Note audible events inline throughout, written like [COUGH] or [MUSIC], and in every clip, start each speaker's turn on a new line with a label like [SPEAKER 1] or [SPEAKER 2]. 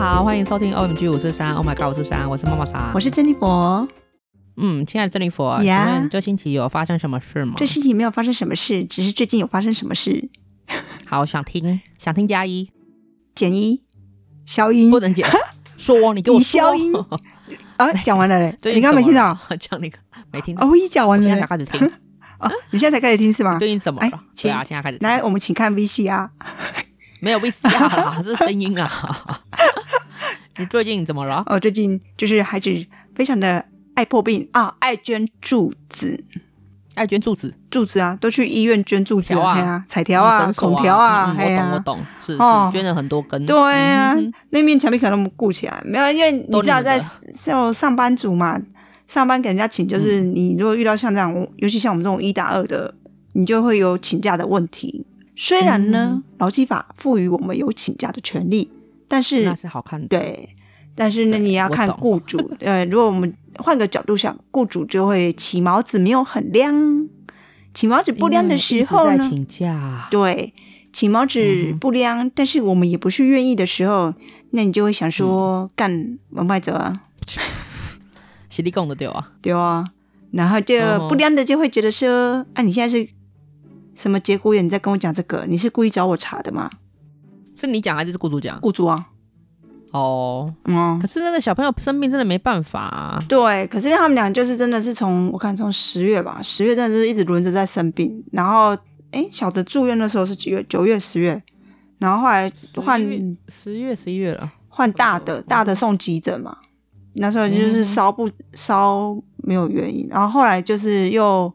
[SPEAKER 1] 好，欢迎收听 OMG 五四三，Oh my God 五四三，我是妈妈桑，
[SPEAKER 2] 我是珍妮佛。
[SPEAKER 1] 嗯，亲爱的珍妮佛，请
[SPEAKER 2] 呀
[SPEAKER 1] 问这星期有发生什么事吗？
[SPEAKER 2] 这事情没有发生什么事，只是最近有发生什么事。
[SPEAKER 1] 好想听，想听加一，
[SPEAKER 2] 减一，消音
[SPEAKER 1] 不能讲，说你给我
[SPEAKER 2] 你
[SPEAKER 1] 说
[SPEAKER 2] 消音
[SPEAKER 1] [LAUGHS]
[SPEAKER 2] 啊，讲完了嘞
[SPEAKER 1] 最，
[SPEAKER 2] 你
[SPEAKER 1] 近
[SPEAKER 2] 刚刚没
[SPEAKER 1] 怎
[SPEAKER 2] 听
[SPEAKER 1] 么
[SPEAKER 2] 到
[SPEAKER 1] 了？ [LAUGHS] 讲那个没听到，
[SPEAKER 2] 哦，我已经讲
[SPEAKER 1] 我
[SPEAKER 2] 完
[SPEAKER 1] 现
[SPEAKER 2] 了
[SPEAKER 1] 在
[SPEAKER 2] 嘞
[SPEAKER 1] 才。开始听，
[SPEAKER 2] 哦，你现在才开始听是吗？
[SPEAKER 1] 最近怎么
[SPEAKER 2] 哎
[SPEAKER 1] 了？对啊，现在开始听
[SPEAKER 2] 来，我们请看啊 VCR。
[SPEAKER 1] 没有 VCR 啦，这是声音啊。 [LAUGHS] 你最近怎么了？
[SPEAKER 2] 哦，最近就是孩子非常的爱破病啊，爱捐柱子，
[SPEAKER 1] 爱捐柱子、
[SPEAKER 2] 柱子啊，都去医院捐柱子
[SPEAKER 1] 条啊
[SPEAKER 2] 嘿啊，彩条啊
[SPEAKER 1] 诊，所
[SPEAKER 2] 孔条啊，
[SPEAKER 1] 嗯
[SPEAKER 2] 嘿
[SPEAKER 1] 嗯
[SPEAKER 2] 啊
[SPEAKER 1] 我懂，我懂，是
[SPEAKER 2] 哦
[SPEAKER 1] 是捐了很多根，
[SPEAKER 2] 对啊，
[SPEAKER 1] 嗯
[SPEAKER 2] 那面墙壁可能顾起来，没有，因为你知道在
[SPEAKER 1] 都
[SPEAKER 2] 就上班族嘛，上班给人家请，就是
[SPEAKER 1] 嗯
[SPEAKER 2] 你如果遇到像这样，我尤其像我们这种一打二的，你就会有请假的问题。虽然
[SPEAKER 1] 嗯
[SPEAKER 2] 呢，劳基法赋予我们有请假的权利，但是
[SPEAKER 1] 那是好看的，
[SPEAKER 2] 对，但是
[SPEAKER 1] 对
[SPEAKER 2] 呢，你也要
[SPEAKER 1] 我
[SPEAKER 2] 看
[SPEAKER 1] 懂
[SPEAKER 2] 雇
[SPEAKER 1] [LAUGHS]
[SPEAKER 2] 主。呃，如果我们换个角度想，雇主就会起毛子没有很亮，起毛子不亮的时候
[SPEAKER 1] 因为一直
[SPEAKER 2] 呢
[SPEAKER 1] 在，请假，
[SPEAKER 2] 对，起毛
[SPEAKER 1] 嗯
[SPEAKER 2] 指
[SPEAKER 1] 哼
[SPEAKER 2] 不良，但是我们也不是愿意的时候，那你就会想说，
[SPEAKER 1] 嗯
[SPEAKER 2] 干往外走啊，
[SPEAKER 1] 是你讲的对啊，
[SPEAKER 2] 对啊，然后就
[SPEAKER 1] 嗯哼
[SPEAKER 2] 不良的就会觉得说，啊，你现在是什么节骨眼你在跟我讲这个？你是故意找我查的吗？
[SPEAKER 1] 是你讲还是雇主讲？
[SPEAKER 2] 雇主啊，
[SPEAKER 1] 哦，
[SPEAKER 2] 嗯哦、
[SPEAKER 1] 可是那个小朋友生病真的没办法啊，
[SPEAKER 2] 对，可是他们俩就是真的是从我看从十月吧，十月真的是一直轮着在生病，然后哎，小的住院的时候是几月？九月、十月，然后后来换
[SPEAKER 1] 十一月十月十一月了，
[SPEAKER 2] 换大
[SPEAKER 1] 嗯
[SPEAKER 2] 的，大的送急诊嘛。那时候就是烧不烧没有原因，然后后来就是又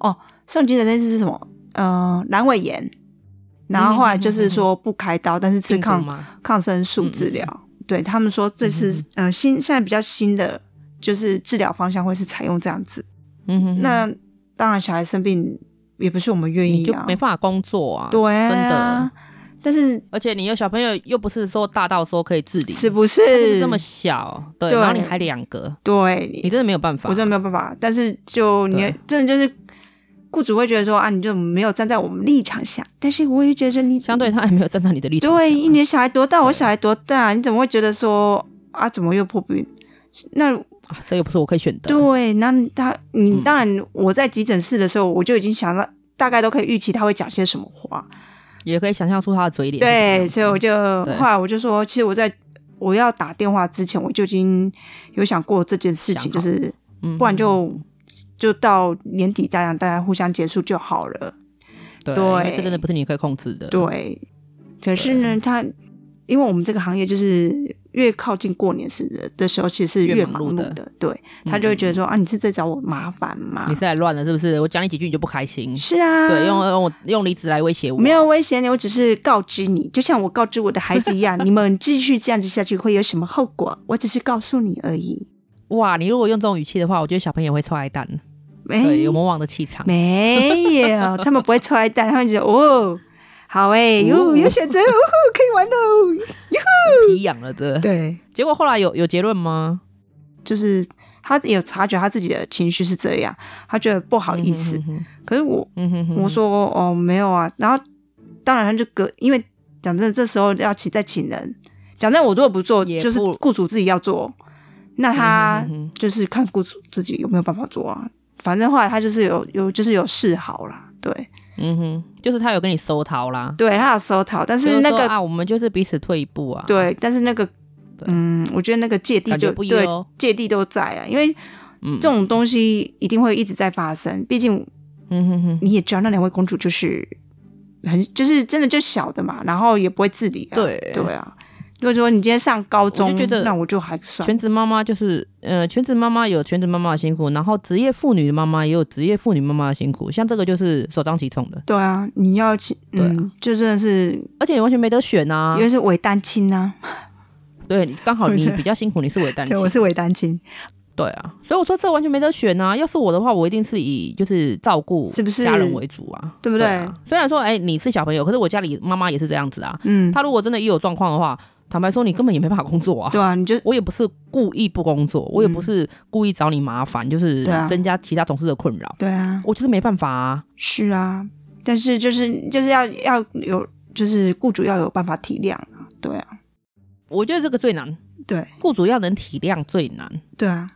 [SPEAKER 2] 哦送急诊那次是什么？呃，阑尾炎。然后后来
[SPEAKER 1] 嗯
[SPEAKER 2] 就是说不开刀，但是吃
[SPEAKER 1] 病毒
[SPEAKER 2] 抗
[SPEAKER 1] 吗？
[SPEAKER 2] 抗生素治疗。
[SPEAKER 1] 嗯
[SPEAKER 2] 对他们说这次呃新现在比较新的就是治疗方向会是采用这样子。
[SPEAKER 1] 嗯哼哼，
[SPEAKER 2] 那当然小孩生病也不是我们愿
[SPEAKER 1] 你
[SPEAKER 2] 意
[SPEAKER 1] 就
[SPEAKER 2] 啊
[SPEAKER 1] 没，办法工作啊，
[SPEAKER 2] 对啊，
[SPEAKER 1] 真的。
[SPEAKER 2] 但是
[SPEAKER 1] 而且你有小朋友又不是说大到说可以自理，
[SPEAKER 2] 是不
[SPEAKER 1] 他就是
[SPEAKER 2] 是
[SPEAKER 1] 这么小，对，
[SPEAKER 2] 对
[SPEAKER 1] 然后你还两个，
[SPEAKER 2] 对
[SPEAKER 1] 你真的没有办法，
[SPEAKER 2] 我真的没有办法。但是就你
[SPEAKER 1] 对
[SPEAKER 2] 真的就是雇主会觉得说啊，你就没有站在我们立场想，但是我也觉得你
[SPEAKER 1] 相对他也没有站在你的立场上，
[SPEAKER 2] 对你的小孩多大，我
[SPEAKER 1] 对
[SPEAKER 2] 小孩多大，你怎么会觉得说啊，怎么又破病？那
[SPEAKER 1] 啊，这又不是我可以选的，
[SPEAKER 2] 对，那他你
[SPEAKER 1] 嗯
[SPEAKER 2] 当然，我在急诊室的时候，我就已经想到大概都可以预期他会讲些什么话。
[SPEAKER 1] 也可以想象出他的嘴脸是怎么样
[SPEAKER 2] 对，
[SPEAKER 1] 子。
[SPEAKER 2] 所以我就
[SPEAKER 1] 对
[SPEAKER 2] 后来我就说，其实我在我要打电话之前，我就已经有想过这件事
[SPEAKER 1] 想
[SPEAKER 2] 情，
[SPEAKER 1] 好
[SPEAKER 2] 就是
[SPEAKER 1] 嗯
[SPEAKER 2] 不然就就到年底大家大家互相结束就好了。
[SPEAKER 1] 嗯对，
[SPEAKER 2] 对
[SPEAKER 1] 因为这真的不是你可以控制的。
[SPEAKER 2] 对，可是呢，他因为我们这个行业就是越靠近过年时的时候，其实是
[SPEAKER 1] 越
[SPEAKER 2] 越
[SPEAKER 1] 忙
[SPEAKER 2] 忙
[SPEAKER 1] 碌的
[SPEAKER 2] 碌的。对他就会觉得说啊，你是在找我麻烦吗
[SPEAKER 1] 你？是来乱了是不是？我讲你几句你就不开心，
[SPEAKER 2] 啊是啊，
[SPEAKER 1] 对，用用我用离子来威胁我，
[SPEAKER 2] 没有威胁你，我只是告知你，就像我告知我的孩子一样，你们继续这样子下去会有什么后果？我只是告诉你而已。
[SPEAKER 1] 哇！你如果用这种语气的话，我觉得小朋友会臭爱蛋，对，
[SPEAKER 2] 没
[SPEAKER 1] 有魔王的气场。
[SPEAKER 2] 没有，他们不会抽来蛋，他们就觉得哦，好哎、哟、
[SPEAKER 1] 哦
[SPEAKER 2] 有选择了，哦，可以玩喽。
[SPEAKER 1] 皮痒了的。
[SPEAKER 2] 对，
[SPEAKER 1] 结果后来有有结论吗？
[SPEAKER 2] 就是他有察觉他自己的情绪是这样，他觉得不好哦意思。
[SPEAKER 1] 嗯哼
[SPEAKER 2] 可是我
[SPEAKER 1] 嗯哼哼，
[SPEAKER 2] 我说哦没有啊，然后当然他就隔，因为讲真的，这时候要请再请人，讲真的，我如果不做，
[SPEAKER 1] 也不
[SPEAKER 2] 就是雇主自己要做，那他
[SPEAKER 1] 嗯哼哼
[SPEAKER 2] 就是看雇主自己有没有办法做啊。反正后来他就是有有就是有示好啦，对
[SPEAKER 1] 嗯哼，就是他有跟你收逃啦，
[SPEAKER 2] 对，他有收讨，但
[SPEAKER 1] 就是
[SPEAKER 2] 那
[SPEAKER 1] 说
[SPEAKER 2] 个
[SPEAKER 1] 啊，我们就是彼此退一步啊，，
[SPEAKER 2] 对，但是那个
[SPEAKER 1] 对
[SPEAKER 2] 嗯，我觉得那个芥蒂
[SPEAKER 1] 感觉
[SPEAKER 2] 就
[SPEAKER 1] 不一
[SPEAKER 2] 对
[SPEAKER 1] 哦，
[SPEAKER 2] 芥蒂都在啊，因为
[SPEAKER 1] 嗯
[SPEAKER 2] 这种东西一定会一直在发生，毕竟
[SPEAKER 1] 嗯哼哼，
[SPEAKER 2] 你也知道那两位公主就是很就是真的就小的嘛，然后也不会自理啊。
[SPEAKER 1] 对
[SPEAKER 2] 对啊，如果说你今天上高中，
[SPEAKER 1] 我就觉得
[SPEAKER 2] 那我就还算。
[SPEAKER 1] 全职妈妈就是，呃，全职妈妈有全职妈妈的辛苦，然后职业妇女的妈妈也有职业妇女妈妈的辛苦，像这个就是首当其冲的，
[SPEAKER 2] 对啊，你要请，嗯，就真的是，
[SPEAKER 1] 而且你完全没得选啊
[SPEAKER 2] 因，为是伪单亲啊呐、
[SPEAKER 1] 对，刚好你
[SPEAKER 2] 对
[SPEAKER 1] 比较辛苦，你是伪单亲，
[SPEAKER 2] 是伪单亲，
[SPEAKER 1] 对啊，所以我说这完全没得选啊。要是我的话，我一定是以就是照顾
[SPEAKER 2] 是不是
[SPEAKER 1] 家人为主啊，
[SPEAKER 2] 对不对
[SPEAKER 1] 啊虽然说哎、你是小朋友，可是我家里妈妈也是这样子啊。
[SPEAKER 2] 嗯，
[SPEAKER 1] 她如果真的一有状况的话，坦白说你根本也没办法工作啊。
[SPEAKER 2] 对啊，你就
[SPEAKER 1] 我也不是故意不工作，我也不是故意找你麻烦，就是
[SPEAKER 2] 对啊
[SPEAKER 1] 增加其他同事的困扰。
[SPEAKER 2] 对啊，
[SPEAKER 1] 我就是没办法啊。
[SPEAKER 2] 是啊，但是就是就是要要有，就是雇主要有办法体谅啊，对啊，
[SPEAKER 1] 我觉得这个最难，
[SPEAKER 2] 对
[SPEAKER 1] 雇主要能体谅最难。
[SPEAKER 2] 对啊，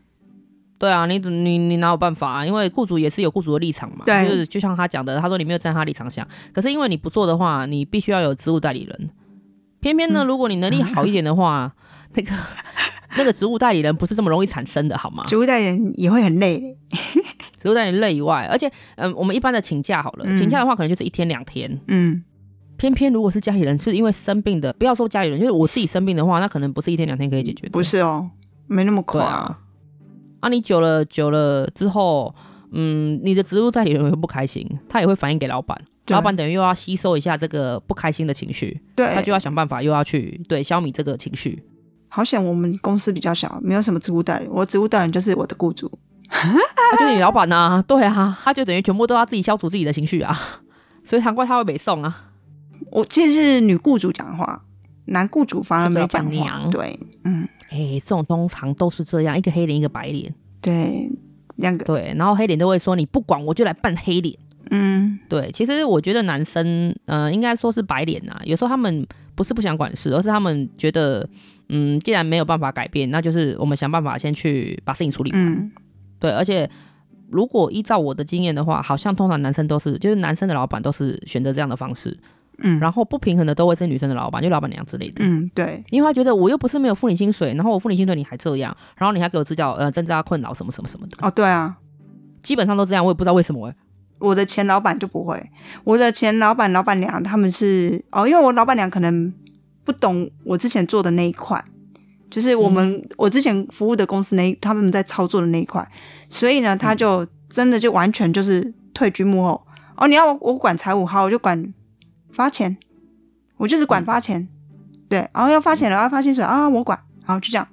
[SPEAKER 1] 对啊，你你你哪有办法、啊？因为雇主也是有雇主的立场嘛，
[SPEAKER 2] 对
[SPEAKER 1] 就是就像他讲的，他说你没有站他立场想，可是因为你不做的话，你必须要有职务代理人。偏偏呢，如果你能力好一点的
[SPEAKER 2] [LAUGHS]
[SPEAKER 1] 话，那个那个职务代理人不是这么容易产生的，好吗？
[SPEAKER 2] 植物啊代人也会很累，
[SPEAKER 1] 职务代理人累以外，而且嗯，我们一般的请假好了，
[SPEAKER 2] 嗯
[SPEAKER 1] 请假的话可能就是一天两天。
[SPEAKER 2] 嗯，
[SPEAKER 1] 偏偏如果是家里人是因为生病的，不要说家里人，就是我自己生病的话，那可能不是一天两天可以解决的。
[SPEAKER 2] 不是哦，没那么快
[SPEAKER 1] 对啊，啊，你久了久了之后，嗯，你的职务代理人会不开心，他也会反映给老板，
[SPEAKER 2] 对
[SPEAKER 1] 老板等于又要吸收一下这个不开心的情绪，他就
[SPEAKER 2] 对，
[SPEAKER 1] 要想办法又要去对消弭这个情绪。
[SPEAKER 2] 好险我们公司比较小，没有什么植物代理，我植物代理就是我的雇主，
[SPEAKER 1] 他啊就是你老板呐、对啊， [LAUGHS] 他就等于全部都要自己消除自己的情绪啊， [LAUGHS] 所以难怪他会北送啊。
[SPEAKER 2] 我其实是女雇主讲话，男雇主反而没讲
[SPEAKER 1] 就是老板
[SPEAKER 2] 话，
[SPEAKER 1] 娘
[SPEAKER 2] 对，嗯，
[SPEAKER 1] 哎、这种通常都是这样，一个黑脸一个白脸，
[SPEAKER 2] 对，两个，
[SPEAKER 1] 对，然后黑脸都会说你不管我就来扮黑 [LAUGHS] 脸。
[SPEAKER 2] 嗯，
[SPEAKER 1] 对，其实我觉得男生，呃，应该说是白脸呐、啊有时候他们不是不想管事，而是他们觉得，嗯，既然没有办法改变，那就是我们想办法先去把事情处理。
[SPEAKER 2] 嗯，
[SPEAKER 1] 对，而且如果依照我的经验的话，好像通常男生都是，就是男生的老板都是选择这样的方式，
[SPEAKER 2] 嗯，
[SPEAKER 1] 然后不平衡的都会是女生的老板，就老板娘之类的。
[SPEAKER 2] 嗯，对，
[SPEAKER 1] 因为他觉得我又不是没有付你薪水，然后我付你薪水你还这样，然后你还给我制造呃增加困扰什么什么什么的，
[SPEAKER 2] 哦，对啊，
[SPEAKER 1] 基本上都这样，我也不知道为什么、欸。
[SPEAKER 2] 我的前老板就不会，我的前老板、老板娘他们是哦，因为我老板娘可能不懂我之前做的那一块，就是我们、我之前服务的公司那一他们在操作的那一块，所以呢，他就真的就完全就是退居幕后。哦，你要我我管财务，好，我就管发钱，我就是
[SPEAKER 1] 嗯
[SPEAKER 2] 管发钱，对，然后要发钱了，要发薪水啊，我管，好就这样。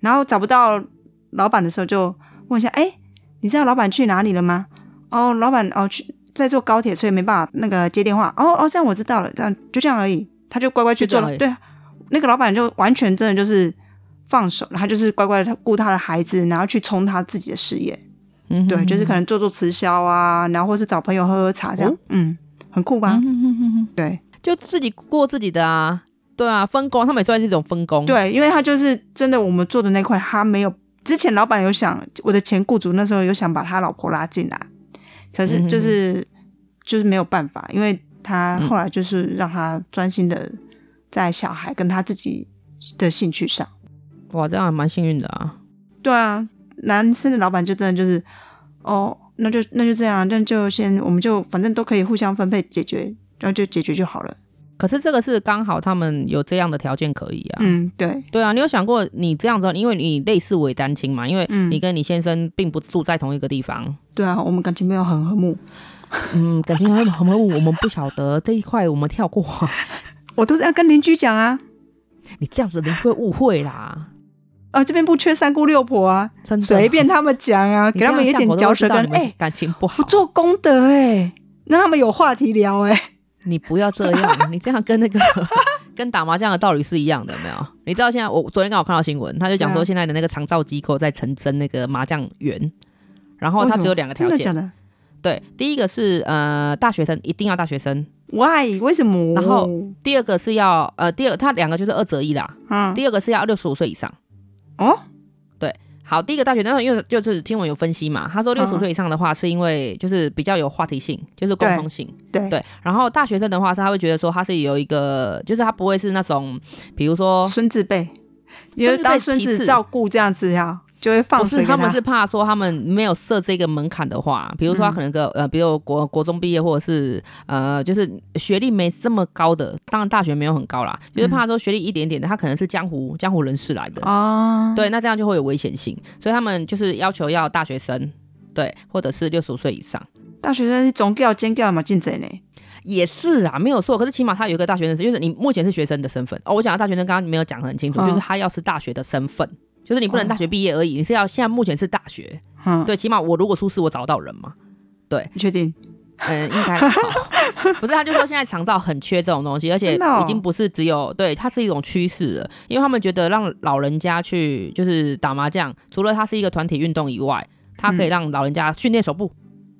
[SPEAKER 2] 然后找不到老板的时候，就问一下，哎，你知道老板去哪里了吗？哦，老板哦去在坐高铁，所以没办法那个接电话。哦哦，这样我知道了，这样就这样而已。他就乖乖去做了。
[SPEAKER 1] 就这
[SPEAKER 2] 对，啊那个老板就完全真的就是放手，他就是乖乖的顾他的孩子，然后去冲他自己的事业。
[SPEAKER 1] 嗯
[SPEAKER 2] 对，就是可能做做直销啊，然后或是找朋友喝喝茶这样。
[SPEAKER 1] 哦
[SPEAKER 2] 嗯，很酷吧？对
[SPEAKER 1] 就自己过自己的啊，对啊，分工，他们也算是一种分工。，
[SPEAKER 2] 对，因为他就是真的我们做的那块，他没有之前老板有想我的前雇主那时候有想把他老婆拉进来，可是
[SPEAKER 1] 嗯
[SPEAKER 2] 就是、就是没有办法，因为他
[SPEAKER 1] 嗯
[SPEAKER 2] 后来就是让他专心的在小孩跟他自己的兴趣上。
[SPEAKER 1] 哇，这样还蛮幸运的啊。
[SPEAKER 2] 对啊，男生的老板就真的就是哦，那就那就这样，那就先我们就反正都可以互相分配解决，然后就解决就好了。
[SPEAKER 1] 可是这个是刚好他们有这样的条件可以啊。
[SPEAKER 2] 嗯，对，
[SPEAKER 1] 对啊，你有想过你这样子，因为你类似为单亲嘛，因为
[SPEAKER 2] 嗯
[SPEAKER 1] 你跟你先生并不住在同一个地方，
[SPEAKER 2] 对啊，我们感情没有很和睦，
[SPEAKER 1] 嗯，感情很很模糊，我们不晓得这一块，我们跳过。 [LAUGHS]
[SPEAKER 2] 我都是要跟邻居讲啊。
[SPEAKER 1] 你这样子你会误会啦，
[SPEAKER 2] 呃，这边不缺三姑六婆啊，
[SPEAKER 1] 真的
[SPEAKER 2] 随便他们讲
[SPEAKER 1] [LAUGHS]
[SPEAKER 2] 啊，
[SPEAKER 1] 你
[SPEAKER 2] 给他们
[SPEAKER 1] 这
[SPEAKER 2] 一
[SPEAKER 1] 样巷
[SPEAKER 2] 点
[SPEAKER 1] 口
[SPEAKER 2] 嚼
[SPEAKER 1] 都知
[SPEAKER 2] 舌
[SPEAKER 1] 道
[SPEAKER 2] 根
[SPEAKER 1] 你，们
[SPEAKER 2] 哎、
[SPEAKER 1] 感情不好
[SPEAKER 2] 我，做功德哎、让他们有话题聊哎、
[SPEAKER 1] 你不要这样，你这样跟那个跟打麻将的道理是一样的，有没有？你知道现在我昨天刚好看到新闻，他就讲
[SPEAKER 2] 对啊
[SPEAKER 1] 说现在的那个长照机构在成真那个麻将员，然后哦他
[SPEAKER 2] 为什
[SPEAKER 1] 只有
[SPEAKER 2] 么
[SPEAKER 1] 两个条
[SPEAKER 2] 真的假
[SPEAKER 1] 件，
[SPEAKER 2] 的
[SPEAKER 1] 对，第一个是呃大学生一定要大学生，
[SPEAKER 2] ？Why？为什么？
[SPEAKER 1] 然后第二个是要呃第二他两个就是二择一啦，
[SPEAKER 2] 嗯，
[SPEAKER 1] 第二个是要六十五岁以上。
[SPEAKER 2] 哦，
[SPEAKER 1] 好，第一个大学那时候因为就是听闻有分析嘛，他说六十
[SPEAKER 2] 嗯
[SPEAKER 1] 五岁以上的话是因为就是比较有话题性，就是共
[SPEAKER 2] 对
[SPEAKER 1] 通性。
[SPEAKER 2] 对
[SPEAKER 1] 对，然后大学生的话是他会觉得说他是有一个，就是他不会是那种，比如说
[SPEAKER 2] 孙子辈，你
[SPEAKER 1] 哦孙
[SPEAKER 2] 就
[SPEAKER 1] 子辈
[SPEAKER 2] 当孙
[SPEAKER 1] 其
[SPEAKER 2] 子
[SPEAKER 1] 次
[SPEAKER 2] 照顾这样子呀，就会放
[SPEAKER 1] 不
[SPEAKER 2] 水
[SPEAKER 1] 是
[SPEAKER 2] 给
[SPEAKER 1] 他们是怕说他们没有设这个门槛的话，比如
[SPEAKER 2] 嗯
[SPEAKER 1] 说他可能个、呃，比如国国中毕业或者是呃，就是学历没这么高的，当然大学没有很高啦，
[SPEAKER 2] 嗯
[SPEAKER 1] 就是怕说学历一点点的，他可能是江湖江湖人士来的，
[SPEAKER 2] 哦，
[SPEAKER 1] 对，那这样就会有危险性，所以他们就是要求要大学生，对，或者是六十五岁以上。
[SPEAKER 2] 大学生是总教尖教嘛，竞争呢？
[SPEAKER 1] 也是啊，没有错。可是起码他有一个大学生，就是你目前是学生的身份哦。我讲的大学生刚刚没有讲得很清楚，
[SPEAKER 2] 嗯
[SPEAKER 1] 就是他要是大学的身份，就是你不能大学毕业而已，你是要现在目前是大学。
[SPEAKER 2] 嗯，
[SPEAKER 1] 对，起码我如果出事，我找到人嘛。
[SPEAKER 2] 你确定？
[SPEAKER 1] 嗯，应该
[SPEAKER 2] [LAUGHS]
[SPEAKER 1] 好不是。他就说现在长照很缺这种东西，而且
[SPEAKER 2] 真的哦
[SPEAKER 1] 已经不是只有对，它是一种趋势了。因为他们觉得让老人家去就是打麻将，除了它是一个团体运动以外，它可以让老人家训练手部。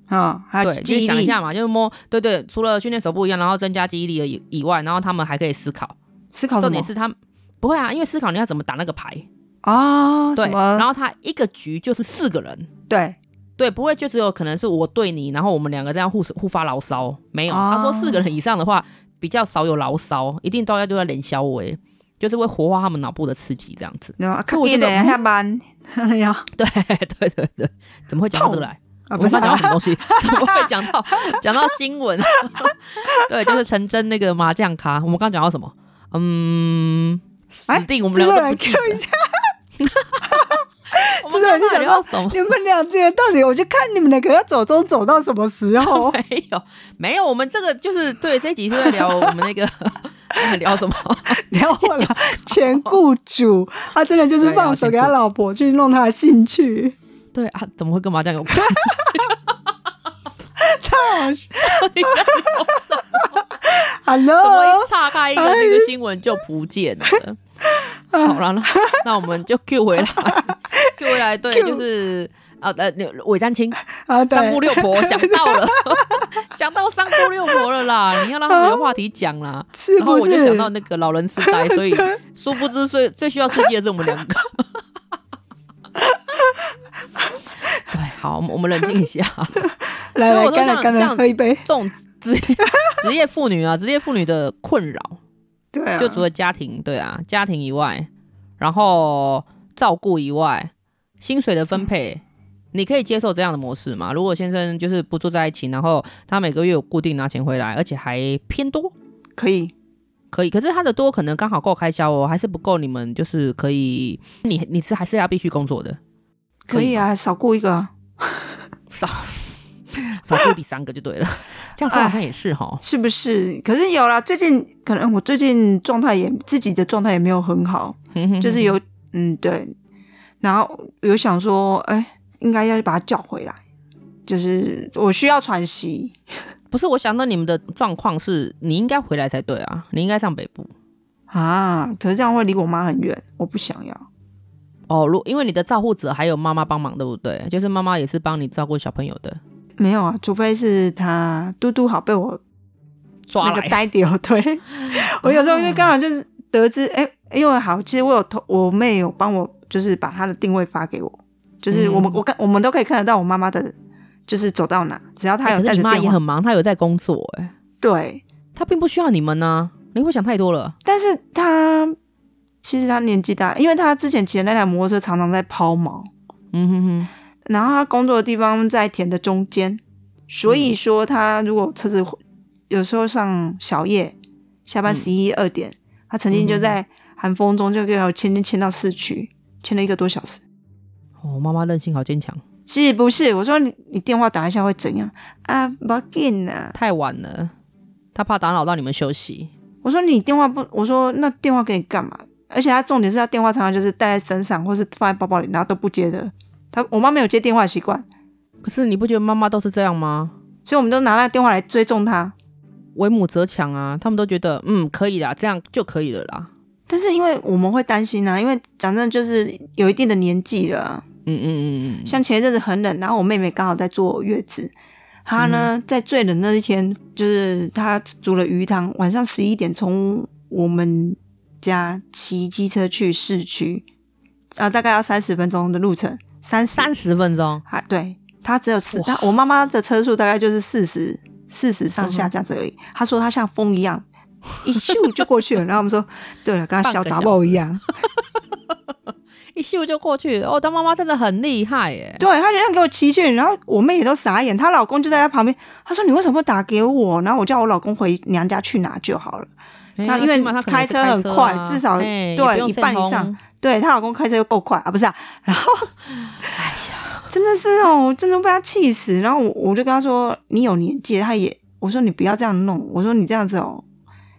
[SPEAKER 2] 嗯，还有
[SPEAKER 1] 对，就
[SPEAKER 2] 嗯记
[SPEAKER 1] 是
[SPEAKER 2] 忆
[SPEAKER 1] 想一
[SPEAKER 2] 力，
[SPEAKER 1] 下嘛，就是摸，对对，除了训练手部一样，然后增加记忆力以以外，然后他们还可以思考。
[SPEAKER 2] 思考什
[SPEAKER 1] 重
[SPEAKER 2] 么
[SPEAKER 1] 点？是他们不会啊，因为思考你要怎么打那个牌，
[SPEAKER 2] 啊，
[SPEAKER 1] 对，
[SPEAKER 2] 什么
[SPEAKER 1] 然后他一个局就是四个人，
[SPEAKER 2] 对
[SPEAKER 1] 对，不会就只有可能是我对你，然后我们两个这样互互发牢骚，没有。
[SPEAKER 2] 哦
[SPEAKER 1] 他说四个人以上的话比较少有牢骚，一定都要都要冷消微，就是会活化他们脑部的刺激这样子。
[SPEAKER 2] 然后啊
[SPEAKER 1] 可我觉
[SPEAKER 2] 一
[SPEAKER 1] 得嗯
[SPEAKER 2] 人下班， [LAUGHS] 哎呀，
[SPEAKER 1] 对对对对，怎么会讲到这个来？
[SPEAKER 2] 啊
[SPEAKER 1] 我
[SPEAKER 2] 不
[SPEAKER 1] 们
[SPEAKER 2] 是
[SPEAKER 1] 刚讲到
[SPEAKER 2] 啊
[SPEAKER 1] 什么东
[SPEAKER 2] [LAUGHS]
[SPEAKER 1] 西？怎么会讲到讲到新闻？ [LAUGHS] 对，就是陈真那个麻将咖，我们刚讲到什么？
[SPEAKER 2] [LAUGHS]
[SPEAKER 1] 嗯，
[SPEAKER 2] 哎
[SPEAKER 1] 死定我们
[SPEAKER 2] 制
[SPEAKER 1] 两
[SPEAKER 2] 作
[SPEAKER 1] 个都
[SPEAKER 2] 人
[SPEAKER 1] 不记得
[SPEAKER 2] Q 一下， [LAUGHS]
[SPEAKER 1] 我们
[SPEAKER 2] 制作人就
[SPEAKER 1] 刚刚
[SPEAKER 2] 想
[SPEAKER 1] 聊到什么？
[SPEAKER 2] 你们俩这个到底，我就看你们两个要走中走到什么
[SPEAKER 1] [LAUGHS]
[SPEAKER 2] 时候。
[SPEAKER 1] 没有，没有，我们这个就是对这一集是在聊我们那个 [LAUGHS] 我们聊什么？
[SPEAKER 2] 聊我了，前雇主，他真的就是
[SPEAKER 1] 对
[SPEAKER 2] 放手给他老婆去弄他的兴趣，
[SPEAKER 1] 对啊，怎么会跟麻将有关？
[SPEAKER 2] [LAUGHS] 太好笑。
[SPEAKER 1] 你看 [LAUGHS] 怎么
[SPEAKER 2] Hello，
[SPEAKER 1] 一岔开一个那个新闻就不见
[SPEAKER 2] [LAUGHS]
[SPEAKER 1] 了？
[SPEAKER 2] 啊
[SPEAKER 1] 好了，那那我们就 Q 回来，Q 回来，对，
[SPEAKER 2] Q
[SPEAKER 1] 就是。啊呃，伪战青
[SPEAKER 2] 啊，对
[SPEAKER 1] 三，姑六婆想到
[SPEAKER 2] [LAUGHS]
[SPEAKER 1] 了，想到三姑六婆了啦！你要让他们有话题讲啦。
[SPEAKER 2] 是
[SPEAKER 1] 然后
[SPEAKER 2] 不
[SPEAKER 1] 我就是想？到那个老人痴呆，所以殊不知最最需要刺激的是我们两
[SPEAKER 2] [LAUGHS]
[SPEAKER 1] 个。对，好，我们我们冷静一下。所
[SPEAKER 2] 来
[SPEAKER 1] 以
[SPEAKER 2] 来，
[SPEAKER 1] 我都
[SPEAKER 2] 干了
[SPEAKER 1] 想
[SPEAKER 2] 干
[SPEAKER 1] 这
[SPEAKER 2] 了，
[SPEAKER 1] 样
[SPEAKER 2] 喝一杯。
[SPEAKER 1] 这种职业 [LAUGHS] 职业妇女啊，职业妇女的困扰，
[SPEAKER 2] 对啊，
[SPEAKER 1] 就除了家庭，对啊，家庭以外，然后照顾以外，薪水的分配，你可以接受这样的模式吗？如果先生就是不住在一起，然后他每个月有固定拿钱回来，而且还偏多，
[SPEAKER 2] 可以，
[SPEAKER 1] 可以，可是他的多可能刚好够开销哦，还是不够你们就是可以，你你是还是要必须工作的，
[SPEAKER 2] 可以啊，少雇一个啊，
[SPEAKER 1] 少少雇第三个就
[SPEAKER 2] [LAUGHS]
[SPEAKER 1] 对了，这样说好像也是哦哈，
[SPEAKER 2] 是不是？可是有啦，最近可能我最近状态也自己的状态也没有很好，就是有嗯对，然后有想说，哎，应该要把他叫回来，就是我需要喘息。
[SPEAKER 1] 不是我想到你们的状况是你应该回来才对啊，你应该上北部
[SPEAKER 2] 啊，可是这样会离我妈很远，我不想要。
[SPEAKER 1] 哦，如因为你的照顾者还有妈妈帮忙，对不对？就是妈妈也是帮你照顾小朋友的，
[SPEAKER 2] 没有啊，除非是她嘟嘟好被我
[SPEAKER 1] 抓
[SPEAKER 2] 那个
[SPEAKER 1] 来
[SPEAKER 2] 呆丢。
[SPEAKER 1] [LAUGHS]
[SPEAKER 2] 对，我有时候就刚好就是得知，哎、因为好，其实我有同我妹有帮我，就是把她的定位发给我，就是我们、
[SPEAKER 1] 嗯
[SPEAKER 2] 我看我们都可以看得到我妈妈的，就是走到哪，只要她
[SPEAKER 1] 哎
[SPEAKER 2] 有
[SPEAKER 1] 可
[SPEAKER 2] 带
[SPEAKER 1] 是
[SPEAKER 2] 着
[SPEAKER 1] 你妈
[SPEAKER 2] 电
[SPEAKER 1] 也
[SPEAKER 2] 话，
[SPEAKER 1] 很忙，她有在工作、哎，
[SPEAKER 2] 对，
[SPEAKER 1] 她并不需要你们呢、你会想太多了。
[SPEAKER 2] 但是她其实她年纪大，因为她之前骑的那台摩托车常常在抛锚，
[SPEAKER 1] 嗯哼哼，
[SPEAKER 2] 然后他工作的地方在田的中间，所以说他如果车子有时候上小夜，下班
[SPEAKER 1] 嗯
[SPEAKER 2] 十一二点，他曾经就在寒风中就给我牵牵牵到市区，牵了一个多小时。
[SPEAKER 1] 哦，妈妈韧性好坚强。
[SPEAKER 2] 是不是？我说你你电话打一下会怎样啊？不要紧啊！
[SPEAKER 1] 太晚了，他怕打扰到你们休息。
[SPEAKER 2] 我说你电话不，我说那电话给你干嘛？而且他重点是他电话常常就是带在身上，或是放在包包里，然后都不接的。他我妈没有接电话的习惯，
[SPEAKER 1] 可是你不觉得妈妈都是这样吗？
[SPEAKER 2] 所以我们都拿那个电话来追踪他。
[SPEAKER 1] 为母则强啊，他们都觉得嗯可以啦，这样就可以了啦。
[SPEAKER 2] 但是因为我们会担心啊，因为讲真的就是有一定的年纪了啊、
[SPEAKER 1] 嗯嗯嗯嗯嗯，
[SPEAKER 2] 像前一阵子很冷，然后我妹妹刚好在坐月子，她呢、在最冷那一天，就是她煮了鱼汤，晚上十一点从我们家骑机车去市区，啊，大概要三十分钟的路程，三十
[SPEAKER 1] 三十分钟，
[SPEAKER 2] 啊，对，她只有四，她我妈妈的车速大概就是四十四十上
[SPEAKER 1] 嗯
[SPEAKER 2] 下这样子而已。她说她像风一样。一咻就过去了，然后我们说，对了，跟
[SPEAKER 1] 半
[SPEAKER 2] 她
[SPEAKER 1] 个
[SPEAKER 2] 小杂
[SPEAKER 1] 小
[SPEAKER 2] 包
[SPEAKER 1] 时
[SPEAKER 2] 一样， [LAUGHS]
[SPEAKER 1] 一秀就过去了哦。当妈妈真的很厉害耶。
[SPEAKER 2] 对，她就这样给我骑去，然后我妹也都傻眼，她老公就在她旁边，她说你为什么不打给我？然后我叫我老公回娘家去拿就好了。
[SPEAKER 1] 哎呀
[SPEAKER 2] 那因为
[SPEAKER 1] 起码她可能也是
[SPEAKER 2] 开车很
[SPEAKER 1] 啊
[SPEAKER 2] 快至少
[SPEAKER 1] 哎
[SPEAKER 2] 对
[SPEAKER 1] 也不用
[SPEAKER 2] 一半以上
[SPEAKER 1] 线通
[SPEAKER 2] 对她老公开车又够快啊，
[SPEAKER 1] [LAUGHS]
[SPEAKER 2] 不是啊，然后，哎呀，真的是哦，我真的被她气死。然后我我就跟她说，你有年纪了，她也我说你不要这样弄，我说你这样子哦，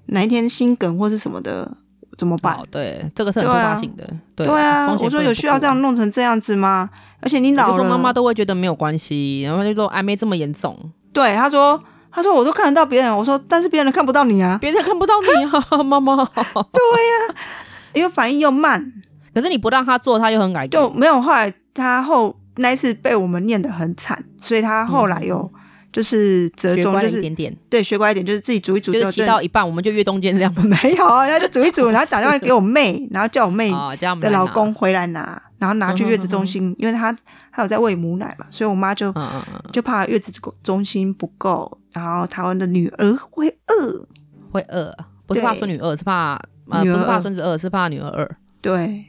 [SPEAKER 2] 哪一天心梗或是什么的怎么办？
[SPEAKER 1] 哦，对，这个是很突
[SPEAKER 2] 对啊
[SPEAKER 1] 发性的。对
[SPEAKER 2] 对啊
[SPEAKER 1] 风，险
[SPEAKER 2] 我说
[SPEAKER 1] 不
[SPEAKER 2] 有
[SPEAKER 1] 能
[SPEAKER 2] 需要
[SPEAKER 1] 不顾
[SPEAKER 2] 这样弄成这样子吗？而且你
[SPEAKER 1] 我
[SPEAKER 2] 老
[SPEAKER 1] 就
[SPEAKER 2] 了，
[SPEAKER 1] 说妈妈都会觉得没有关系，然后她就说哎没这么严重，
[SPEAKER 2] 对她说，她说我都看得到别人，我说但是别人看不到你啊，
[SPEAKER 1] 别人看不到你啊， [LAUGHS] 妈妈。
[SPEAKER 2] 因为反应又慢，
[SPEAKER 1] 可是你不让她做，她又很改。嗯
[SPEAKER 2] 就没有。后来他后那一次被我们念得很惨，所以他后来有就是折
[SPEAKER 1] 学
[SPEAKER 2] 中，
[SPEAKER 1] 乖
[SPEAKER 2] 就
[SPEAKER 1] 了一
[SPEAKER 2] 是
[SPEAKER 1] 点点，
[SPEAKER 2] 对学乖一点，就是自己煮一煮
[SPEAKER 1] 就
[SPEAKER 2] 之
[SPEAKER 1] 是
[SPEAKER 2] 后
[SPEAKER 1] 提
[SPEAKER 2] 真
[SPEAKER 1] 到一半我们就越冬间这样
[SPEAKER 2] [LAUGHS] 没有，然后就煮
[SPEAKER 1] [LAUGHS]
[SPEAKER 2] 一煮，然后打电话给我妹，然后叫我妹
[SPEAKER 1] 啊，这样我们
[SPEAKER 2] 哎的
[SPEAKER 1] 来
[SPEAKER 2] 老
[SPEAKER 1] 拿，
[SPEAKER 2] 公回来拿，然后拿去月子中心，因为她她有在喂母奶嘛，所以我妈就
[SPEAKER 1] 嗯嗯嗯，
[SPEAKER 2] 就怕月子中心不够，然后台湾的女儿会饿，
[SPEAKER 1] 会饿，不是
[SPEAKER 2] 对
[SPEAKER 1] 怕孙女饿，是怕呃
[SPEAKER 2] 女儿
[SPEAKER 1] 不是怕
[SPEAKER 2] 饿
[SPEAKER 1] 孙子饿，是怕女儿饿
[SPEAKER 2] 对，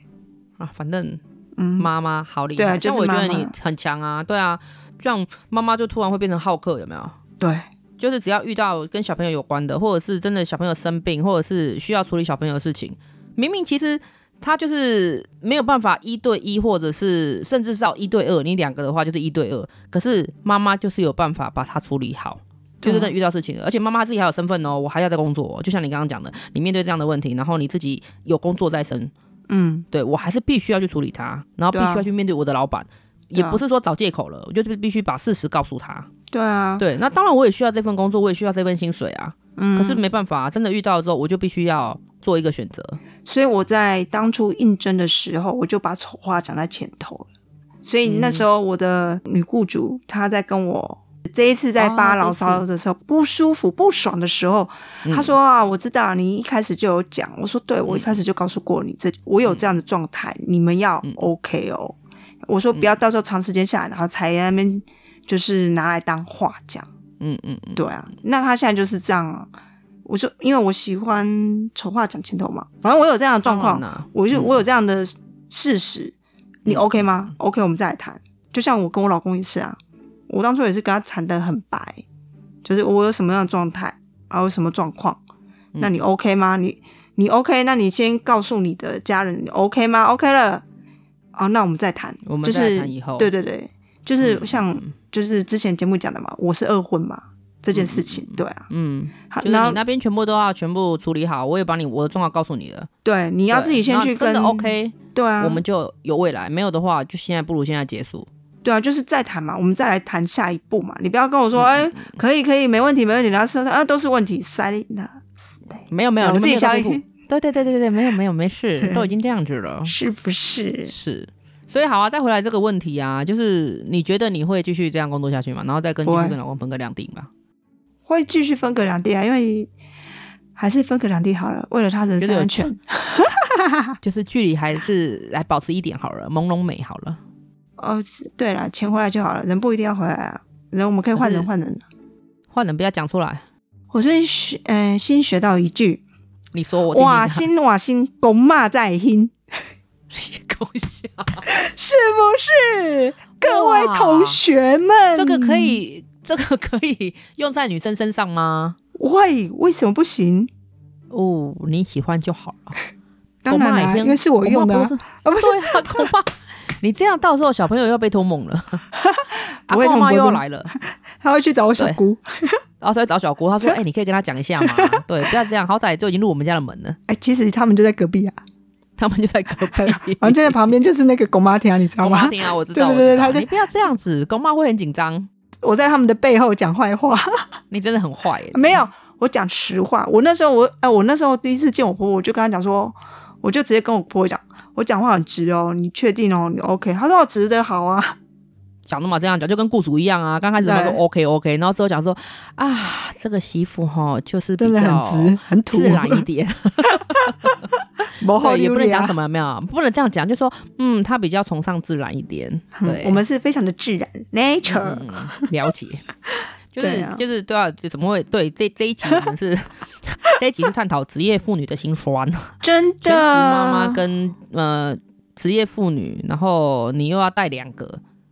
[SPEAKER 1] 啊，反正
[SPEAKER 2] 嗯，
[SPEAKER 1] 妈妈好厉害，
[SPEAKER 2] 对啊就
[SPEAKER 1] 但
[SPEAKER 2] 是
[SPEAKER 1] 我觉得
[SPEAKER 2] 妈妈
[SPEAKER 1] 你很强啊，对啊，这样妈妈就突然会变成好客，有没有？
[SPEAKER 2] 对，
[SPEAKER 1] 就是只要遇到跟小朋友有关的，或者是真的小朋友生病，或者是需要处理小朋友的事情，明明其实他就是没有办法一对一，或者是甚至是要一对二，你两个的话就是一对二，可是妈妈就是有办法把它处理好。就
[SPEAKER 2] 对啊
[SPEAKER 1] 是真的遇到事情了，而且妈妈自己还有身份哦，我还要在工作哦、就像你刚刚讲的，你面对这样的问题，然后你自己有工作在身，
[SPEAKER 2] 嗯，
[SPEAKER 1] 对我还是必须要去处理它，然后必
[SPEAKER 2] 对啊
[SPEAKER 1] 须要去面对我的老板，
[SPEAKER 2] 对
[SPEAKER 1] 也
[SPEAKER 2] 啊
[SPEAKER 1] 不是说找借口了，我就是必须把事实告诉他。
[SPEAKER 2] 对啊，
[SPEAKER 1] 对，那当然我也需要这份工作，我也需要这份薪水啊。
[SPEAKER 2] 嗯
[SPEAKER 1] 可是没办法、真的遇到之后，我就必须要做一个选择。
[SPEAKER 2] 所以我在当初应征的时候，我就把丑话讲在前头了。所以那时候我的女雇主她在跟我这一次在发
[SPEAKER 1] 哦
[SPEAKER 2] 牢骚的时候、不舒服不爽的时候，
[SPEAKER 1] 嗯
[SPEAKER 2] 她说啊，我知道你一开始就有讲，我说对，我一开始就告诉过你这我有这样的状态，你们要 OK 哦。我说不要到时候长时间下来，然后才在那边就是拿来当话讲。
[SPEAKER 1] 嗯嗯嗯，
[SPEAKER 2] 对啊，那他现在就是这样啊。我说，因为我喜欢丑话讲前头嘛，反正我有这样的状况
[SPEAKER 1] 当，然啦
[SPEAKER 2] 我就、我有这样的事实，你 OK 吗、o k 我们再来谈。就像我跟我老公也是啊，我当初也是跟他谈的很白，就是我有什么样的状态，啊，有什么状况，那你 OK 吗？你你 OK？那你先告诉你的家人，你 OK 吗？OK 了，啊，那我们再谈，
[SPEAKER 1] 我们
[SPEAKER 2] 就
[SPEAKER 1] 再来
[SPEAKER 2] 是
[SPEAKER 1] 谈以后。
[SPEAKER 2] 对对对，
[SPEAKER 1] 嗯
[SPEAKER 2] 就是像、就是之前节目讲的嘛，我是二婚嘛这件事情，对啊，
[SPEAKER 1] 嗯，
[SPEAKER 2] 好
[SPEAKER 1] 就是
[SPEAKER 2] 然
[SPEAKER 1] 你
[SPEAKER 2] 后
[SPEAKER 1] 那边全部都要全部处理好，我也把你我的状况告诉你了。
[SPEAKER 2] 对
[SPEAKER 1] 你
[SPEAKER 2] 你要自己先去跟
[SPEAKER 1] 真的 OK，、
[SPEAKER 2] 对啊，
[SPEAKER 1] 我们就有未来；没有的话，就现在不如现在结束。
[SPEAKER 2] 对啊，就是再谈嘛，我们再来谈下一步嘛，你不要跟我说
[SPEAKER 1] 嗯
[SPEAKER 2] 哎、可以可以没问题没问题，然后说啊都是问题塞那
[SPEAKER 1] 没有没有，
[SPEAKER 2] 我
[SPEAKER 1] 你们
[SPEAKER 2] 自
[SPEAKER 1] 没
[SPEAKER 2] 己
[SPEAKER 1] 有
[SPEAKER 2] 消
[SPEAKER 1] 到这一
[SPEAKER 2] 音
[SPEAKER 1] 步。对对对对对，没有没有没事
[SPEAKER 2] [LAUGHS] 对，
[SPEAKER 1] 都已经这样子了。
[SPEAKER 2] 是不是？
[SPEAKER 1] 是，所以好啊，再回来这个问题啊，就是你觉得你会继续这样工作下去吗？然后再跟继
[SPEAKER 2] 不
[SPEAKER 1] 续
[SPEAKER 2] 会
[SPEAKER 1] 跟老公分隔两地吧？
[SPEAKER 2] 会继续分隔两地啊，因为还是分隔两地好了，为了他人
[SPEAKER 1] 觉得
[SPEAKER 2] 身
[SPEAKER 1] 有
[SPEAKER 2] 安全。
[SPEAKER 1] 就是距离还是来保持一点好了，朦胧美好了。
[SPEAKER 2] 哦，是对了，钱回来就好了，人不一定要回来啊，人我们可以换
[SPEAKER 1] 可
[SPEAKER 2] 人
[SPEAKER 1] 是
[SPEAKER 2] 换人。
[SPEAKER 1] 换人不要讲出来，
[SPEAKER 2] 我最近学，呃，新学到一句，
[SPEAKER 1] 你说我 [LAUGHS]
[SPEAKER 2] 哇
[SPEAKER 1] 心
[SPEAKER 2] 新哇新，公骂在听，
[SPEAKER 1] 恭喜啊！
[SPEAKER 2] 是不是？各位同学们，
[SPEAKER 1] 这个可，以，这个可以用在女生身上吗？
[SPEAKER 2] 喂，为什么不行？
[SPEAKER 1] 哦，你喜欢就好了。
[SPEAKER 2] 当然啦、
[SPEAKER 1] 恐怕也
[SPEAKER 2] 因为是我用的、啊
[SPEAKER 1] 恐，
[SPEAKER 2] 啊不
[SPEAKER 1] 怕
[SPEAKER 2] 是
[SPEAKER 1] 对啊，恐怕你这样到时候小朋友要被偷梦了，阿
[SPEAKER 2] [LAUGHS] 不会
[SPEAKER 1] 公
[SPEAKER 2] 偷
[SPEAKER 1] 阿妈
[SPEAKER 2] 不会
[SPEAKER 1] 又要
[SPEAKER 2] 偷
[SPEAKER 1] 来了。
[SPEAKER 2] 他会去找我小姑。
[SPEAKER 1] 然后他会找小郭，他说：“哎、你可以跟他讲一下嘛，对，不要这样，好歹就已经入我们家的门了，
[SPEAKER 2] 哎，其实他们就在隔壁啊，
[SPEAKER 1] 他们就在隔壁。
[SPEAKER 2] 反正在旁边就是那个狗妈厅啊，
[SPEAKER 1] [LAUGHS]
[SPEAKER 2] 你知道
[SPEAKER 1] 公妈
[SPEAKER 2] 吗？
[SPEAKER 1] 听啊，我知道，
[SPEAKER 2] 对对对
[SPEAKER 1] 我知道
[SPEAKER 2] 他在
[SPEAKER 1] 你不要这样子，公妈会很紧张。
[SPEAKER 2] 我在他们的背后讲坏话，
[SPEAKER 1] 你真的很坏耶，
[SPEAKER 2] 没有，我讲实话。我那时候我，哎、我那时候第一次见我婆婆，我就跟她讲说，我就直接跟我婆婆讲，我讲话很直哦，你确定哦，你 OK？她说我直的好啊，
[SPEAKER 1] 小诺嘛这样讲，就跟雇主一样啊。刚开始他说
[SPEAKER 2] 对
[SPEAKER 1] OK OK，然后之后讲说啊，这个媳妇哈就是比
[SPEAKER 2] 真的
[SPEAKER 1] 较
[SPEAKER 2] 很直，很土
[SPEAKER 1] 自，然
[SPEAKER 2] [LAUGHS]
[SPEAKER 1] 一点， [LAUGHS]
[SPEAKER 2] 不好
[SPEAKER 1] 对，也
[SPEAKER 2] 流
[SPEAKER 1] 不能
[SPEAKER 2] 利
[SPEAKER 1] 讲
[SPEAKER 2] 啊
[SPEAKER 1] 什。么，有没有，不能这样讲，就说嗯，她比较崇尚自然一点，对，
[SPEAKER 2] 嗯我们是非常的自然，nature。
[SPEAKER 1] 嗯，了
[SPEAKER 2] [LAUGHS]
[SPEAKER 1] 解。就是、
[SPEAKER 2] 对啊
[SPEAKER 1] 就是对啊，就怎么会对这这一集我们是 [LAUGHS] 这一集是探讨职业妇女的心酸，
[SPEAKER 2] 真的，
[SPEAKER 1] 全职妈妈跟呃职业妇女，然后你又要带两个，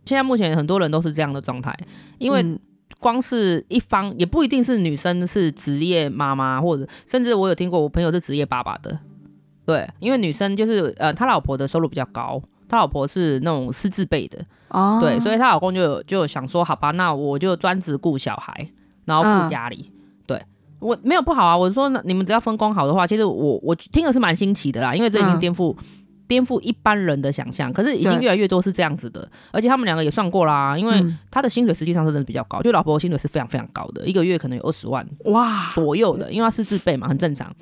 [SPEAKER 1] 现在目前很多人都是这样的状态，因为
[SPEAKER 2] 嗯
[SPEAKER 1] 光是一方也不一定是女生是职业妈妈，或者甚至我有听过我朋友是职业爸爸的，对，因为女生就是呃他老婆的收入比较高，他老婆是那种师字辈的，
[SPEAKER 2] 哦，
[SPEAKER 1] 对，所以她老公就有就有想说，好吧，那我就专职顾小孩，然后顾
[SPEAKER 2] 嗯
[SPEAKER 1] 家里。对我没有不好啊，我说那你们只要分工好的话，其实我我听的是蛮新奇的啦，因为这已经
[SPEAKER 2] 嗯
[SPEAKER 1] 颠覆、颠覆一般人的想象，可是已经
[SPEAKER 2] 对
[SPEAKER 1] 越来越多是这样子的，而且他们两个也算过啦，因为
[SPEAKER 2] 嗯
[SPEAKER 1] 他的薪水实际上是真的比较高，就老婆的薪水是非常非常高的，一个月可能有二十万
[SPEAKER 2] 哇，
[SPEAKER 1] 左右的，因为他是自备嘛，很正常。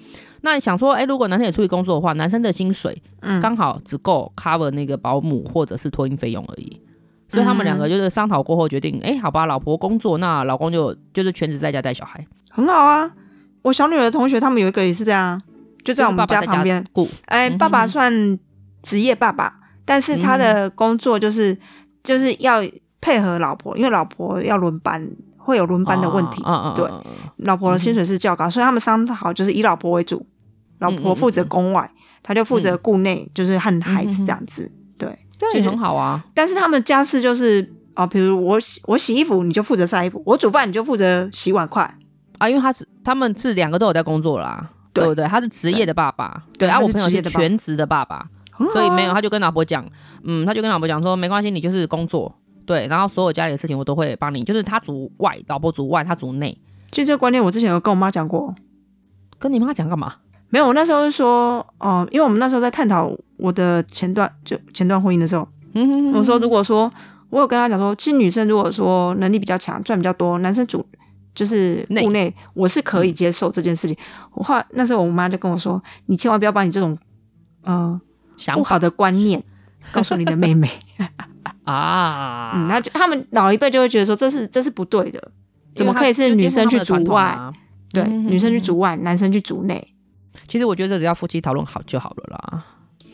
[SPEAKER 1] 那想说，哎、如果男生也出去工作的话，男生的薪水
[SPEAKER 2] 嗯
[SPEAKER 1] 刚好只够 cover 那个保姆或者是托婴费用而已，所以他们两
[SPEAKER 2] 嗯
[SPEAKER 1] 个就是商讨过后决定，哎、好吧，老婆工作，那老公就就是全职在家带小孩，
[SPEAKER 2] 很好啊。我小女儿的同学他们有一个也是这样啊，就在我们
[SPEAKER 1] 就是爸爸在
[SPEAKER 2] 旁边。
[SPEAKER 1] 顾，
[SPEAKER 2] 哎，
[SPEAKER 1] 嗯嗯
[SPEAKER 2] 爸爸算职业爸爸，但是他的工作就是、就是要配合老婆，因为老婆要轮班，会有轮班的问题。
[SPEAKER 1] 啊
[SPEAKER 2] 对，
[SPEAKER 1] 嗯嗯嗯
[SPEAKER 2] 老婆的薪水是较高，所以他们商讨就是以老婆为主，老
[SPEAKER 1] 嗯
[SPEAKER 2] 婆负责宫外，他就负责顾内，就是和孩
[SPEAKER 1] 嗯
[SPEAKER 2] 子这样子。
[SPEAKER 1] 这
[SPEAKER 2] 就
[SPEAKER 1] 样
[SPEAKER 2] 是
[SPEAKER 1] 也很好啊，
[SPEAKER 2] 但是他们家事就是哦，比如我洗我洗衣服，你就负责晒衣服；我煮饭，你就负责洗碗筷。
[SPEAKER 1] 啊，因为他是他们是两个都有在工作啦。
[SPEAKER 2] 对
[SPEAKER 1] 对不对？他是职业的爸爸，
[SPEAKER 2] 对
[SPEAKER 1] 然后、
[SPEAKER 2] 他
[SPEAKER 1] 我
[SPEAKER 2] 是
[SPEAKER 1] 朋友
[SPEAKER 2] 职业
[SPEAKER 1] 是
[SPEAKER 2] 的爸爸
[SPEAKER 1] 全职的爸爸，
[SPEAKER 2] 很好啊
[SPEAKER 1] 所以没有，他就跟老婆讲，嗯，他就跟老婆讲说，没关系，你就是工作，对，然后所有家里的事情我都会帮你，就是他主外，老婆主外，他主内，
[SPEAKER 2] 就这个观念，我之前有跟我妈讲过。
[SPEAKER 1] 跟你妈讲干嘛？
[SPEAKER 2] 没有，我那时候是说，哦、因为我们那时候在探讨我的前段就前段婚姻的时候，
[SPEAKER 1] 嗯，
[SPEAKER 2] 我说如果说我有跟她讲说，其实女生如果说能力比较强，赚比较多，男生主就是
[SPEAKER 1] 内
[SPEAKER 2] 顾内，我是可以接受这件事情。我后来那时候我妈就跟我说，你千万不要把你这种呃
[SPEAKER 1] 想
[SPEAKER 2] 不
[SPEAKER 1] 法
[SPEAKER 2] 好的观念告诉你的妹妹。
[SPEAKER 1] 啊，
[SPEAKER 2] 嗯，他就他们老一辈就会觉得说这是这是不对的，怎么可以是女生去主
[SPEAKER 1] 主
[SPEAKER 2] 外？对，
[SPEAKER 1] 嗯
[SPEAKER 2] 女生去主外，男生去主内，
[SPEAKER 1] 其实我觉得只要夫妻讨论好就好了啦。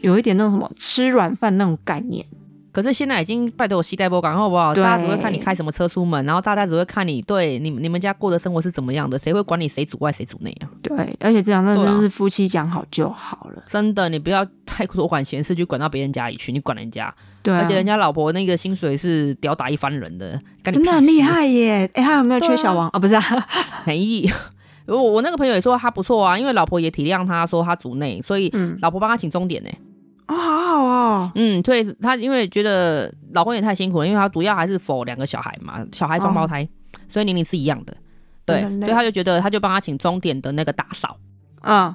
[SPEAKER 2] 有一点那种什么吃软饭那种概念。
[SPEAKER 1] 可是现在已经拜托我膝盖波感好不好？
[SPEAKER 2] 对
[SPEAKER 1] 大家只会看你开什么车出门，然后大家只会看你对你你们家过的生活是怎么样的，谁会管你谁主外谁主内啊？
[SPEAKER 2] 对，而且这样那
[SPEAKER 1] 对啊
[SPEAKER 2] 就是夫妻讲好就好了。
[SPEAKER 1] 真的，你不要太多管闲事去管到别人家里去，你管人家，
[SPEAKER 2] 对啊、
[SPEAKER 1] 而且人家老婆那个薪水是吊打一番人的，干你
[SPEAKER 2] [LAUGHS] 真的很
[SPEAKER 1] 屁事
[SPEAKER 2] 厉，害耶！哎，他有没有缺小王啊、不是、啊，
[SPEAKER 1] 很意。 [LAUGHS] 我我那个朋友也说他不错啊，因为老婆也体谅他，说他主内，所以
[SPEAKER 2] 嗯，
[SPEAKER 1] 老婆帮他请钟点呢、
[SPEAKER 2] [LAUGHS] 哦，好好哦，
[SPEAKER 1] 嗯，所以她因为觉得老公也太辛苦了，因为她主要还是否两个小孩嘛，小孩双胞胎，所以年龄是一样的，对，
[SPEAKER 2] 哦真的累
[SPEAKER 1] 所以她就觉得她就帮她请钟点的那个打扫，
[SPEAKER 2] 嗯，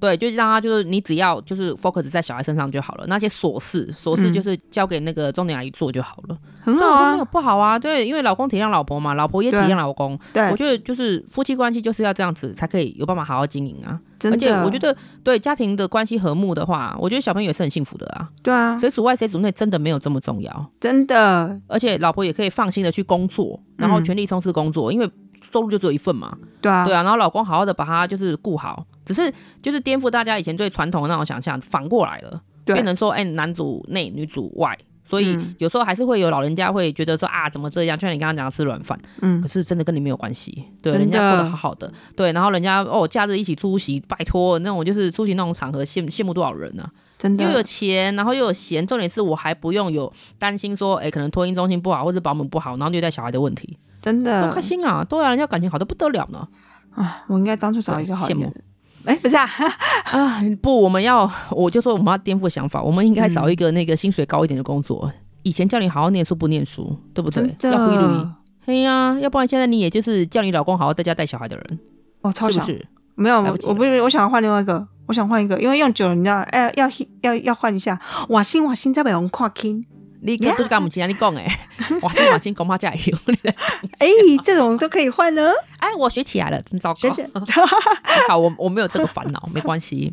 [SPEAKER 1] 对，就是让她就是你只要就是 focus 在小孩身上就好了，那些琐事琐事
[SPEAKER 2] 嗯
[SPEAKER 1] 就是交给那个钟点阿姨做就好了，
[SPEAKER 2] 很
[SPEAKER 1] 所以
[SPEAKER 2] 好
[SPEAKER 1] 我觉得没有
[SPEAKER 2] 啊，
[SPEAKER 1] 不好啊，对，因为老公体谅老婆嘛，老婆也体
[SPEAKER 2] 对
[SPEAKER 1] 谅老公，啊我
[SPEAKER 2] 对，
[SPEAKER 1] 觉得就是夫妻关系就是要这样子才可以有办法好好经营啊，
[SPEAKER 2] 真
[SPEAKER 1] 而且
[SPEAKER 2] 的，
[SPEAKER 1] 我觉
[SPEAKER 2] 得
[SPEAKER 1] 得对家庭的关系和睦的话，我觉得小朋友也是很幸福的啊。
[SPEAKER 2] 对啊，
[SPEAKER 1] 谁主外谁主内真的没有这么重要，
[SPEAKER 2] 真的，
[SPEAKER 1] 而且老婆也可以放心的去工作，然后
[SPEAKER 2] 嗯
[SPEAKER 1] 全力冲刺工作，因为收入就只有一份嘛，
[SPEAKER 2] 对啊，
[SPEAKER 1] 对啊，然后老公好好的把她就是顾好，只是就是颠覆大家以前对传统的那种想象，反过来了，
[SPEAKER 2] 对
[SPEAKER 1] 变成说哎、男主内女主外，所以
[SPEAKER 2] 嗯
[SPEAKER 1] 有时候还是会有老人家会觉得说啊怎么这样，就像你刚刚讲的吃软饭，
[SPEAKER 2] 嗯
[SPEAKER 1] 可，是真的跟你没有关系，对，
[SPEAKER 2] 真的
[SPEAKER 1] 人家过得好好的，对，然后人家哦假日一起出席，拜托那种就是出席那种场合羡羡慕多少人啊，
[SPEAKER 2] 真
[SPEAKER 1] 又有
[SPEAKER 2] 的，
[SPEAKER 1] 钱，然后又有闲，重点是我还不用有担心说，哎，可能托婴中心不好，或者保姆不好，然后虐待小孩的问题，
[SPEAKER 2] 真
[SPEAKER 1] 多开
[SPEAKER 2] 的
[SPEAKER 1] 心啊！对啊，人家感情好的不得了呢。
[SPEAKER 2] 啊，我应该当初找一个好一
[SPEAKER 1] 羡
[SPEAKER 2] 点
[SPEAKER 1] 慕
[SPEAKER 2] 的。哎，不是啊，
[SPEAKER 1] 啊，不，我们要，我就说我们要颠覆想法，我们应该找
[SPEAKER 2] 嗯
[SPEAKER 1] 一个那个薪水高一点的工作。以前叫你好好念书不念书，对不对
[SPEAKER 2] 真？的，
[SPEAKER 1] 要不一律一。嘿呀、要不然现在你也就是叫你老公好好在家带小孩的人，
[SPEAKER 2] 哦，超
[SPEAKER 1] 是
[SPEAKER 2] 想
[SPEAKER 1] 不是？
[SPEAKER 2] 没有，
[SPEAKER 1] 来
[SPEAKER 2] 我
[SPEAKER 1] 不及
[SPEAKER 2] 我不是，我想换另外一个，我想换一个，因为用久了，你知道，哎、要要要换一下。瓦新瓦新在北红跨
[SPEAKER 1] [LAUGHS]
[SPEAKER 2] king，
[SPEAKER 1] 你跟
[SPEAKER 2] Yeah
[SPEAKER 1] 不是跟我们今天你讲
[SPEAKER 2] [LAUGHS]
[SPEAKER 1] 哎，我先我先恐怕加油。
[SPEAKER 2] 哎、这种都可以换呢，
[SPEAKER 1] [LAUGHS] 哎，我学起来了，真糟糕。
[SPEAKER 2] 学姐。
[SPEAKER 1] [LAUGHS] 好，我我没有这个烦恼，没关
[SPEAKER 2] [LAUGHS]
[SPEAKER 1] 系。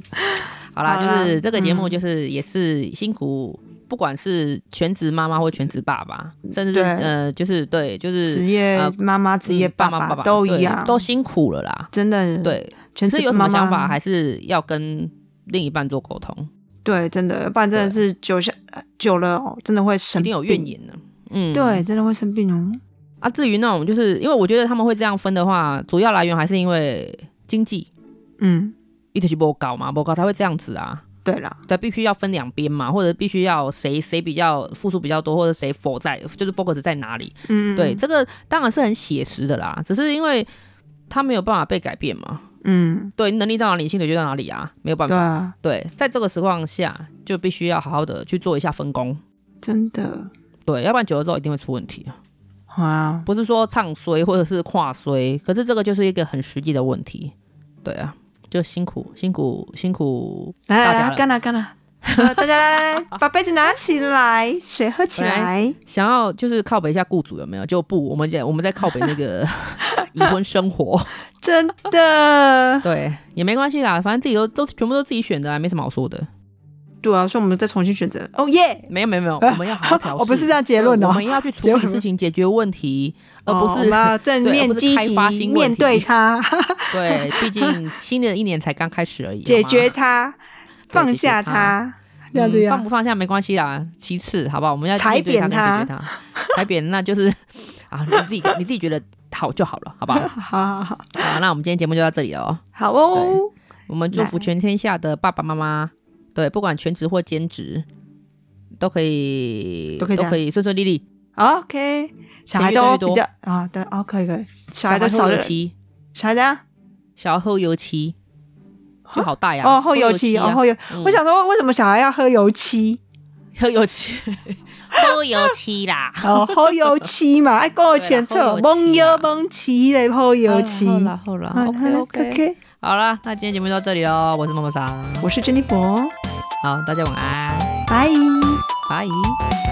[SPEAKER 1] 好啦，
[SPEAKER 2] 好啦嗯
[SPEAKER 1] 就是这个节目，就是也是辛苦，不管是全职妈妈或全职爸爸，甚至是
[SPEAKER 2] 对
[SPEAKER 1] 呃，就是对，就是
[SPEAKER 2] 职业
[SPEAKER 1] 呃
[SPEAKER 2] 妈妈、职业
[SPEAKER 1] 嗯
[SPEAKER 2] 爸
[SPEAKER 1] 妈爸
[SPEAKER 2] 都
[SPEAKER 1] 对
[SPEAKER 2] 一样，
[SPEAKER 1] 都辛苦了啦。
[SPEAKER 2] 真的，
[SPEAKER 1] 对，
[SPEAKER 2] 全
[SPEAKER 1] 是
[SPEAKER 2] 是
[SPEAKER 1] 有什
[SPEAKER 2] 妈
[SPEAKER 1] 么
[SPEAKER 2] 妈
[SPEAKER 1] 想法，还是要跟另一半做沟通，
[SPEAKER 2] 对，真的，不然真的是久下呃久了哦，真的会生
[SPEAKER 1] 一
[SPEAKER 2] 病，
[SPEAKER 1] 定有怨言呢。嗯，
[SPEAKER 2] 对，真的会生病哦。
[SPEAKER 1] 啊。至于那种，就是因为我觉得他们会这样分的话，主要来源还是因为经济，
[SPEAKER 2] 嗯，
[SPEAKER 1] 一直去不高嘛，不高才会这样子啊。
[SPEAKER 2] 对啦，
[SPEAKER 1] 对，必须要分两边嘛，或者必须要谁谁比较付出比较多，或者谁否在就是 focus 在哪里。
[SPEAKER 2] 嗯，
[SPEAKER 1] 对，，这个当然是很写实的啦，只是因为他没有办法被改变嘛。
[SPEAKER 2] 嗯，
[SPEAKER 1] 对，能力到哪里，薪水就到哪里啊，没有办
[SPEAKER 2] 对
[SPEAKER 1] 法。
[SPEAKER 2] 啊，
[SPEAKER 1] 对，在这个情况下，就必须要好好的去做一下分工。
[SPEAKER 2] 真的
[SPEAKER 1] 对，要不然久了之后一定会出问题啊。
[SPEAKER 2] 啊，
[SPEAKER 1] 不是说唱衰或者是跨衰，可是这个就是一个很实际的问题。对啊，就辛苦辛苦辛苦
[SPEAKER 2] 来
[SPEAKER 1] 大家
[SPEAKER 2] 来来，
[SPEAKER 1] 了
[SPEAKER 2] 干了干了，呃大家
[SPEAKER 1] [LAUGHS]
[SPEAKER 2] 来来来，把杯子拿起来，水喝起来。
[SPEAKER 1] 想要就是靠北一下雇主有没有？就不，我们在我们在靠北那
[SPEAKER 2] [LAUGHS]
[SPEAKER 1] 个已婚生活，
[SPEAKER 2] 真的 [LAUGHS]
[SPEAKER 1] 对，也没关系啦，反正自己都都全部都自己选的啊，没什么好说的。
[SPEAKER 2] 对啊，所以我们再重新选择。哦耶！
[SPEAKER 1] 没有没有没有，我们要好好调试。
[SPEAKER 2] 我不是这样结论哦
[SPEAKER 1] 我们要去处
[SPEAKER 2] 结
[SPEAKER 1] 理
[SPEAKER 2] 论
[SPEAKER 1] 事情，解决问题，而
[SPEAKER 2] 哦
[SPEAKER 1] 不
[SPEAKER 2] [LAUGHS] 我
[SPEAKER 1] 是
[SPEAKER 2] 们要
[SPEAKER 1] [LAUGHS]
[SPEAKER 2] 正
[SPEAKER 1] 对而
[SPEAKER 2] 面
[SPEAKER 1] 不是
[SPEAKER 2] 积
[SPEAKER 1] 开
[SPEAKER 2] 极
[SPEAKER 1] 发新问
[SPEAKER 2] 面
[SPEAKER 1] 题
[SPEAKER 2] 对
[SPEAKER 1] [LAUGHS]
[SPEAKER 2] 它，
[SPEAKER 1] 对，毕竟新的一年才刚开始而已，
[SPEAKER 2] 解
[SPEAKER 1] 好吗
[SPEAKER 2] 决它，放
[SPEAKER 1] 解决
[SPEAKER 2] 下
[SPEAKER 1] 它
[SPEAKER 2] 它，这样子
[SPEAKER 1] 嗯、放
[SPEAKER 2] 呀
[SPEAKER 1] 不。放下没关系啦，其次，好不好？我们要
[SPEAKER 2] 踩
[SPEAKER 1] 面对
[SPEAKER 2] 扁
[SPEAKER 1] 它跟解决 [LAUGHS] 它，踩扁那就是啊，你自己你自己觉得好就好了，好不
[SPEAKER 2] [LAUGHS]
[SPEAKER 1] 好？
[SPEAKER 2] 好好好，
[SPEAKER 1] 好，那我们今天节目就到这里了哦。
[SPEAKER 2] 好哦，
[SPEAKER 1] 我们祝福全天下的爸爸妈妈，对，不管全职或兼职，都可以
[SPEAKER 2] 都可以这样
[SPEAKER 1] 顺顺利利，
[SPEAKER 2] OK，小孩
[SPEAKER 1] 越生
[SPEAKER 2] 都
[SPEAKER 1] 越
[SPEAKER 2] 比
[SPEAKER 1] 多
[SPEAKER 2] 较啊，对，哦，可以可以，小孩都
[SPEAKER 1] 小
[SPEAKER 2] 少
[SPEAKER 1] 后油
[SPEAKER 2] 了，
[SPEAKER 1] 漆，
[SPEAKER 2] 小孩的啊
[SPEAKER 1] 小后油漆就好大呀。
[SPEAKER 2] 哦后油漆，
[SPEAKER 1] 啊
[SPEAKER 2] 哦后油，
[SPEAKER 1] 嗯
[SPEAKER 2] 我想说为什么小孩要喝油漆？
[SPEAKER 1] 后油
[SPEAKER 2] [LAUGHS]
[SPEAKER 1] 漆，后油漆啦。 [LAUGHS]
[SPEAKER 2] 哦，好油漆嘛，爱过前
[SPEAKER 1] 对啦好油漆
[SPEAKER 2] 错，
[SPEAKER 1] 啊
[SPEAKER 2] 蒙油蒙漆嘞，好油漆。
[SPEAKER 1] 好啦啊好啦
[SPEAKER 2] 啊好
[SPEAKER 1] ，OK
[SPEAKER 2] 啦
[SPEAKER 1] OK，
[SPEAKER 2] OK，
[SPEAKER 1] 好啦，那今天节目就到这里喽，我是默默桑，
[SPEAKER 2] 我是珍妮佛，
[SPEAKER 1] 好，大家晚安，
[SPEAKER 2] 拜。
[SPEAKER 1] 拜。